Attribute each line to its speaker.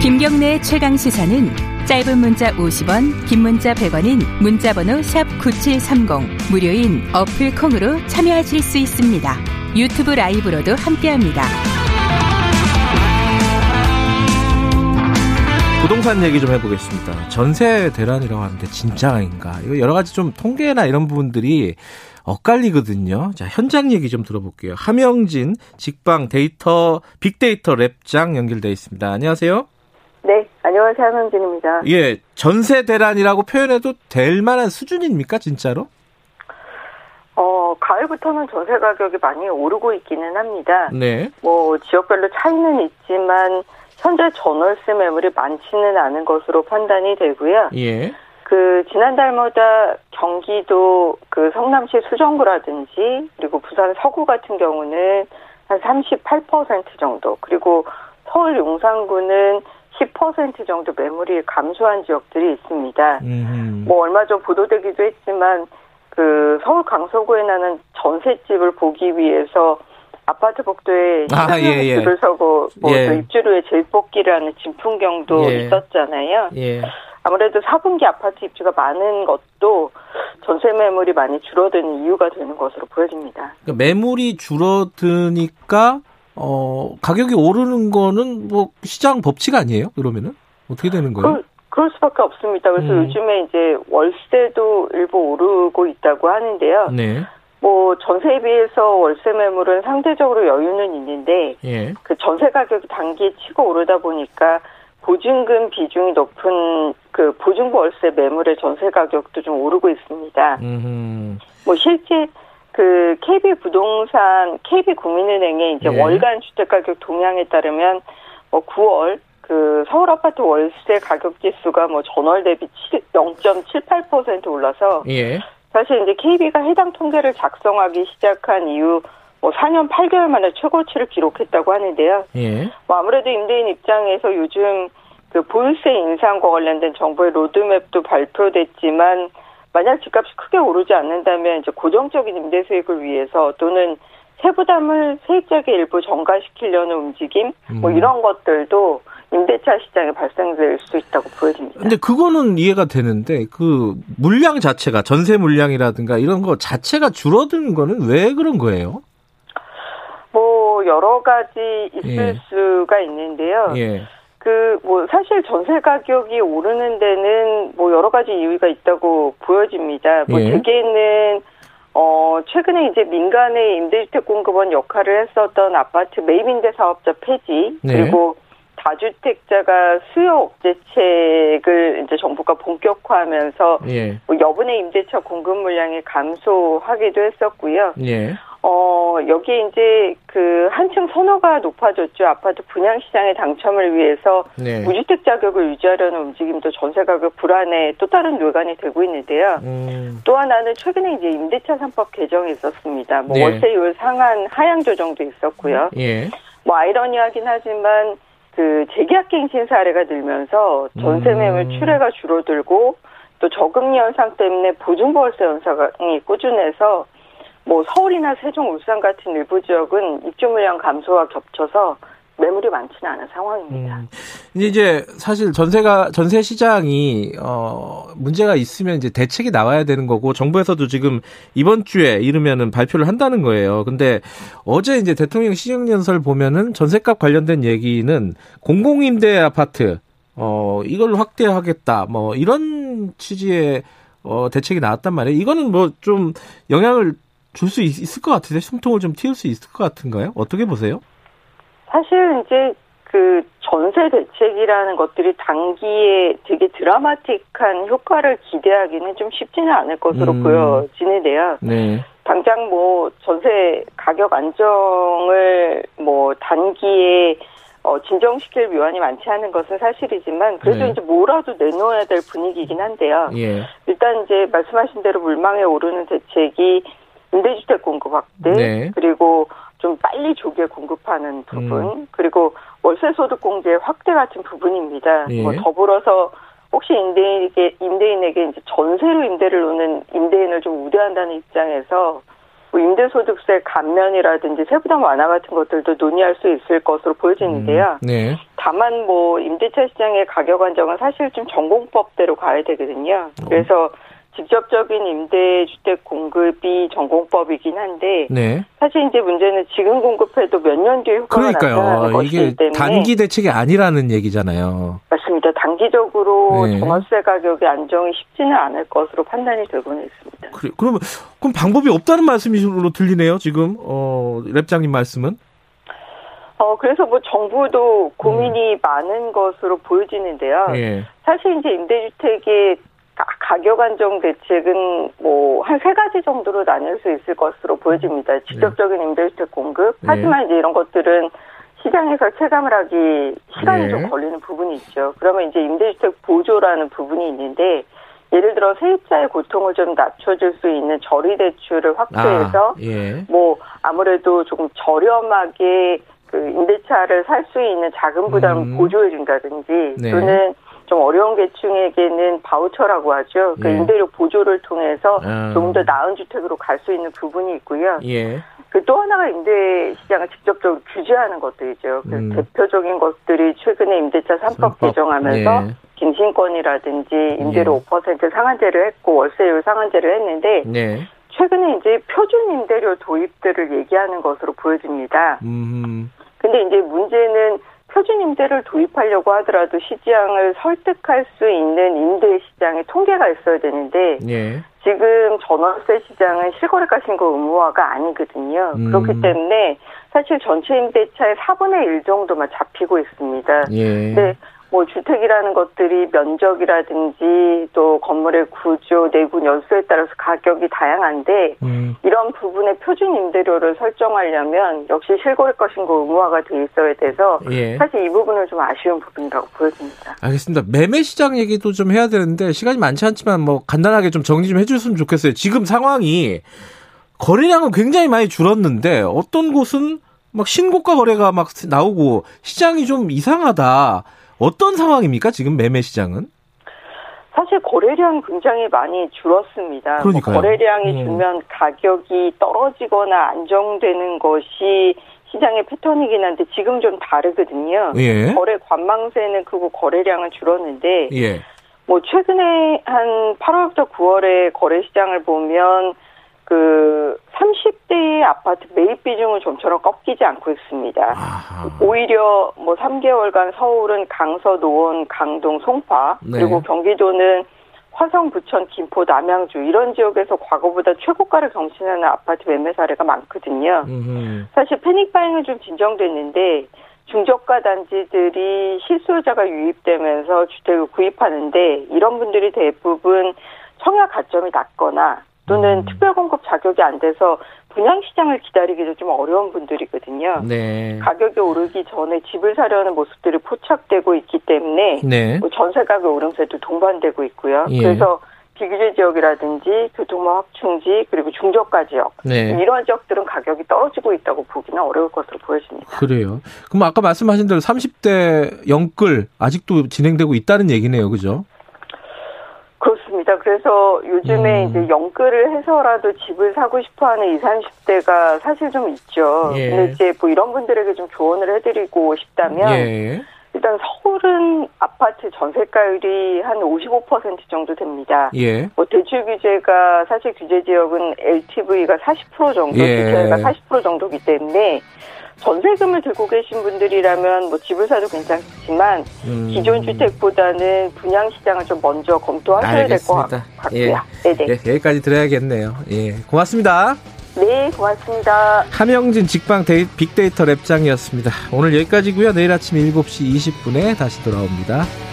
Speaker 1: 김경래의 최강 시사는 짧은 문자 50원, 긴 문자 100원인 문자번호 샵 #9730 무료인 어플 콩으로 참여하실 수 있습니다. 유튜브 라이브로도 함께합니다.
Speaker 2: 부동산 얘기 좀 해보겠습니다. 전세 대란이라고 하는데 진짜인가? 이거 여러 가지 좀 통계나 이런 부분들이 엇갈리거든요. 자, 현장 얘기 좀 들어볼게요. 함영진 직방 데이터 빅데이터 랩장 연결돼 있습니다. 안녕하세요.
Speaker 3: 네, 안녕하세요. 한은진입니다.
Speaker 2: 예, 전세 대란이라고 표현해도 될 만한 수준입니까, 진짜로?
Speaker 3: 어, 가을부터는 전세 가격이 많이 오르고 있기는 합니다.
Speaker 2: 네.
Speaker 3: 뭐, 지역별로 차이는 있지만, 현재 전월세 매물이 많지는 않은 것으로 판단이 되고요.
Speaker 2: 예.
Speaker 3: 그, 지난달마다 경기도 그 성남시 수정구라든지, 그리고 부산 서구 같은 경우는 한 38% 정도, 그리고 서울 용산구는 10% 정도 매물이 감소한 지역들이 있습니다.
Speaker 2: 음.
Speaker 3: 뭐 얼마 전 보도되기도 했지만 그 서울 강서구에 나는 전셋집을 보기 위해서 아파트 복도에
Speaker 2: 아,
Speaker 3: 시장에
Speaker 2: 예, 예.
Speaker 3: 집을 서고 뭐
Speaker 2: 예.
Speaker 3: 또 입주를 위해 재뽑기라는 진풍경도
Speaker 2: 예.
Speaker 3: 있었잖아요.
Speaker 2: 예.
Speaker 3: 아무래도 4분기 아파트 입주가 많은 것도 전세 매물이 많이 줄어드는 이유가 되는 것으로 보여집니다.
Speaker 2: 그러니까 매물이 줄어드니까 어, 가격이 오르는 거는 뭐 시장 법칙 아니에요? 그러면은 어떻게 되는 거예요?
Speaker 3: 그, 그럴 수밖에 없습니다. 그래서
Speaker 2: 음.
Speaker 3: 요즘에 이제 월세도 일부 오르고 있다고 하는데요.
Speaker 2: 네.
Speaker 3: 뭐 전세에 비해서 월세 매물은 상대적으로 여유는 있는데
Speaker 2: 예.
Speaker 3: 그 전세 가격이 단기 치고 오르다 보니까 보증금 비중이 높은 그 보증부 월세 매물의 전세 가격도 좀 오르고 있습니다.
Speaker 2: 음.
Speaker 3: 뭐 실제 그 KB 부동산 KB 국민은행의 이제
Speaker 2: 예.
Speaker 3: 월간 주택 가격 동향에 따르면 뭐 9월 그 서울 아파트 월세 가격 지수가 뭐 전월 대비 7, 0.78% 올라서
Speaker 2: 예.
Speaker 3: 사실 이제 KB가 해당 통계를 작성하기 시작한 이후 뭐 4년 8개월 만에 최고치를 기록했다고 하는데요.
Speaker 2: 예.
Speaker 3: 뭐 아무래도 임대인 입장에서 요즘 그 보유세 인상과 관련된 정부의 로드맵도 발표됐지만 만약 집값이 크게 오르지 않는다면 이제 고정적인 임대 수익을 위해서 또는 세부담을 세입자에게 일부 전가시키려는 움직임 뭐
Speaker 2: 음.
Speaker 3: 이런 것들도 임대차 시장에 발생될 수 있다고 보여집니다.
Speaker 2: 근데 그거는 이해가 되는데 그 물량 자체가 전세 물량이라든가 이런 거 자체가 줄어드는 거는 왜 그런 거예요?
Speaker 3: 뭐 여러 가지
Speaker 2: 예.
Speaker 3: 있을 수가 있는데요.
Speaker 2: 예.
Speaker 3: 그 뭐 사실 전세 가격이 오르는 데는 뭐 여러 가지 이유가 있다고 보여집니다. 뭐
Speaker 2: 예.
Speaker 3: 대개는 어 최근에 이제 민간의 임대주택 공급원 역할을 했었던 아파트 매입임대 사업자 폐지
Speaker 2: 네.
Speaker 3: 그리고 다주택자가 수요 억제책을 이제 정부가 본격화하면서
Speaker 2: 예.
Speaker 3: 뭐 여분의 임대차 공급 물량이 감소하기도 했었고요.
Speaker 2: 예.
Speaker 3: 어, 여기 이제 그 한층 선호가 높아졌죠. 아파트 분양 시장의 당첨을 위해서
Speaker 2: 네.
Speaker 3: 무주택 자격을 유지하려는 움직임도 전세 가격 불안에 또 다른 요간이 되고 있는데요.
Speaker 2: 음.
Speaker 3: 또 하나는 최근에 이제 임대차 3법 개정이 있었습니다. 뭐
Speaker 2: 네.
Speaker 3: 월세율 상한 하향 조정도 있었고요.
Speaker 2: 예.
Speaker 3: 뭐 아이러니하긴 하지만 그 재계약 갱신 사례가 늘면서 전세
Speaker 2: 음.
Speaker 3: 매물 출회가 줄어들고 또 저금리 현상 때문에 보증부 월세 현상이 꾸준해서 뭐 서울이나 세종, 울산 같은 일부 지역은 입주 물량 감소와 겹쳐서 매물이 많지는 않은 상황입니다.
Speaker 2: 음. 근데 이제 사실 전세가 전세 시장이 어 문제가 있으면 이제 대책이 나와야 되는 거고 정부에서도 지금 이번 주에 이르면은 발표를 한다는 거예요. 근데 어제 이제 대통령 시정연설 보면은 전세값 관련된 얘기는 공공임대 아파트 어 이걸 확대하겠다 뭐 이런 취지의 어 대책이 나왔단 말이에요. 이거는 뭐 좀 영향을 줄 수 있을 것 같은데 숨통을 좀 틔울 수 있을 것 같은가요? 어떻게 보세요?
Speaker 3: 사실 이제 그 전세 대책이라는 것들이 단기에 되게 드라마틱한 효과를 기대하기는 좀 쉽지는 않을 것으로
Speaker 2: 음.
Speaker 3: 보여지는데요.
Speaker 2: 네.
Speaker 3: 당장 뭐 전세 가격 안정을 뭐 단기에 어, 진정시킬 위안이 많지 않은 것은 사실이지만 그래도
Speaker 2: 네.
Speaker 3: 이제 뭐라도 내놓아야 될 분위기이긴 한데요.
Speaker 2: 예.
Speaker 3: 일단 이제 말씀하신 대로 물망에 오르는 대책이 임대주택 공급 확대
Speaker 2: 네.
Speaker 3: 그리고 좀 빨리 조기에 공급하는 부분 그리고 월세 소득 공제 확대 같은 부분입니다.
Speaker 2: 예.
Speaker 3: 뭐 더불어서 혹시 임대인에게 임대인에게 이제 전세로 임대를 놓는 임대인을 좀 우대한다는 입장에서 뭐 임대소득세 감면이라든지 세부담 완화 같은 것들도 논의할 수 있을 것으로 보여지는데요.
Speaker 2: 네.
Speaker 3: 다만 뭐 임대차 시장의 가격 안정은 사실 좀 전공법대로 가야 되거든요. 그래서 직접적인 임대주택 공급이 전공법이긴 한데
Speaker 2: 네.
Speaker 3: 사실 이제 문제는 지금 공급해도 몇 년 뒤에 효과가 나타나는
Speaker 2: 그러니까요.
Speaker 3: 것이기
Speaker 2: 이게
Speaker 3: 때문에
Speaker 2: 단기 대책이 아니라는 얘기잖아요.
Speaker 3: 맞습니다. 단기적으로
Speaker 2: 네.
Speaker 3: 종합세 가격의 안정이 쉽지는 않을 것으로 판단이 되고는 있습니다.
Speaker 2: 그래, 그럼, 그럼 방법이 없다는 말씀으로 들리네요, 지금, 어, 랩장님 말씀은.
Speaker 3: 어 그래서 뭐 정부도 고민이
Speaker 2: 음.
Speaker 3: 많은 것으로 보여지는데요.
Speaker 2: 예.
Speaker 3: 사실 이제 임대주택의 가- 가격 안정 대책은 뭐 한 세 가지 정도로 나뉠 수 있을 것으로 보여집니다. 직접적인 임대주택 공급.
Speaker 2: 네.
Speaker 3: 하지만 이제 이런 것들은 시장에서 체감을 하기 시간이
Speaker 2: 네.
Speaker 3: 좀 걸리는 부분이 있죠. 그러면 이제 임대주택 보조라는 부분이 있는데 예를 들어 세입자의 고통을 좀 낮춰줄 수 있는 저리 대출을 확대해서
Speaker 2: 예.
Speaker 3: 뭐 아무래도 조금 저렴하게 그 임대차를 살 수 있는 자금 부담을
Speaker 2: 음.
Speaker 3: 보조해 준다든지
Speaker 2: 네.
Speaker 3: 또는 좀 어려운 계층에게는 바우처라고 하죠. 그
Speaker 2: 예.
Speaker 3: 임대료 보조를 통해서
Speaker 2: 아.
Speaker 3: 조금 더 나은 주택으로 갈 수 있는 부분이 있고요.
Speaker 2: 예.
Speaker 3: 그 또 하나가 임대 시장을 직접적으로 규제하는 것들이죠. 그
Speaker 2: 음.
Speaker 3: 대표적인 것들이 최근에 임대차 3법,
Speaker 2: 삼법.
Speaker 3: 개정하면서
Speaker 2: 예.
Speaker 3: 갱신권이라든지 임대료
Speaker 2: 예.
Speaker 3: 5% 상한제를 했고 월세율 상한제를 했는데
Speaker 2: 네.
Speaker 3: 최근에 이제 표준 임대료 도입들을 얘기하는 것으로 보여집니다.
Speaker 2: 음,
Speaker 3: 근데 이제 문제는 표준 임대를 도입하려고 하더라도 시장을 설득할 수 있는 임대 시장의 통계가 있어야 되는데
Speaker 2: 예.
Speaker 3: 지금 전월세 시장은 실거래가 신고 의무화가 아니거든요.
Speaker 2: 음.
Speaker 3: 그렇기 때문에 사실 전체 임대차의 4분의 1 정도만 잡히고 있습니다.
Speaker 2: 예.
Speaker 3: 네. 뭐 주택이라는 것들이 면적이라든지 또 건물의 구조, 내부 연수에 따라서 가격이 다양한데
Speaker 2: 음,
Speaker 3: 이런 부분의 표준 임대료를 설정하려면 역시 실거래가 신고 의무화가 돼 있어야 돼서
Speaker 2: 예.
Speaker 3: 사실 이 부분은 좀 아쉬운 부분이라고 보여집니다.
Speaker 2: 알겠습니다. 매매 시장 얘기도 좀 해야 되는데 시간이 많지 않지만 뭐 간단하게 좀 정리 좀 해주셨으면 좋겠어요. 지금 상황이 거래량은 굉장히 많이 줄었는데 어떤 곳은 막 신고가 거래가 막 나오고 시장이 좀 이상하다. 어떤 상황입니까? 지금 매매 시장은?
Speaker 3: 사실 거래량 굉장히 많이 줄었습니다. 뭐
Speaker 2: 그러니까요.
Speaker 3: 거래량이
Speaker 2: 음.
Speaker 3: 줄면 가격이 떨어지거나 안정되는 것이 시장의 패턴이긴 한데 지금 좀 다르거든요.
Speaker 2: 예.
Speaker 3: 거래 관망세는 크고 거래량은 줄었는데
Speaker 2: 예.
Speaker 3: 뭐 최근에 한 8월부터 9월에 거래 시장을 보면 그 30대의 아파트 매입 비중은 좀처럼 꺾이지 않고 있습니다.
Speaker 2: 아하.
Speaker 3: 오히려 뭐 3개월간 서울은 강서, 노원, 강동, 송파
Speaker 2: 네.
Speaker 3: 그리고 경기도는 화성, 부천, 김포, 남양주 이런 지역에서 과거보다 최고가를 경신하는 아파트 매매 사례가 많거든요.
Speaker 2: 음흠.
Speaker 3: 사실 패닉 바잉은 좀 진정됐는데 중저가 단지들이 실수요자가 유입되면서 주택을 구입하는데 이런 분들이 대부분 청약 가점이 낮거나
Speaker 2: 음.
Speaker 3: 또는 특별 공급 자격이 안 돼서 분양 시장을 기다리기도 좀 어려운 분들이거든요.
Speaker 2: 네.
Speaker 3: 가격이 오르기 전에 집을 사려는 모습들이 포착되고 있기 때문에
Speaker 2: 네.
Speaker 3: 뭐 전세 가격 오름세도 동반되고 있고요.
Speaker 2: 예.
Speaker 3: 그래서 비규제 지역이라든지 교통망 확충지 그리고 중저가 지역
Speaker 2: 네.
Speaker 3: 이러한 지역들은 가격이 떨어지고 있다고 보기는 어려울 것으로 보여집니다.
Speaker 2: 그래요. 그럼 아까 말씀하신 대로 30대 영끌 아직도 진행되고 있다는 얘기네요. 그죠?
Speaker 3: 그렇습니다. 그래서 요즘에
Speaker 2: 음.
Speaker 3: 이제 영끌을 해서라도 집을 사고 싶어하는 20, 30대가 사실 좀 있죠.
Speaker 2: 예.
Speaker 3: 근데 이제 뭐 이런 분들에게 좀 조언을 해드리고 싶다면
Speaker 2: 예.
Speaker 3: 일단 서울은 아파트 전세가율이 한 55% 정도 됩니다.
Speaker 2: 예.
Speaker 3: 뭐 대출 규제가 사실 규제 지역은 LTV가 40% 정도,
Speaker 2: 예.
Speaker 3: DTI가 40% 정도기 때문에 전세금을 들고 계신 분들이라면 뭐 집을 사도 괜찮지만
Speaker 2: 음.
Speaker 3: 기존 주택보다는 분양 시장을 좀 먼저 검토하셔야 될 것
Speaker 2: 알겠습니다.
Speaker 3: 같고요. 네네.
Speaker 2: 예, 여기까지 드려야겠네요. 예, 고맙습니다.
Speaker 3: 네, 고맙습니다.
Speaker 2: 함영진 직방 데이, 빅데이터 랩장이었습니다. 오늘 여기까지고요. 내일 아침 7시 20분에 다시 돌아옵니다.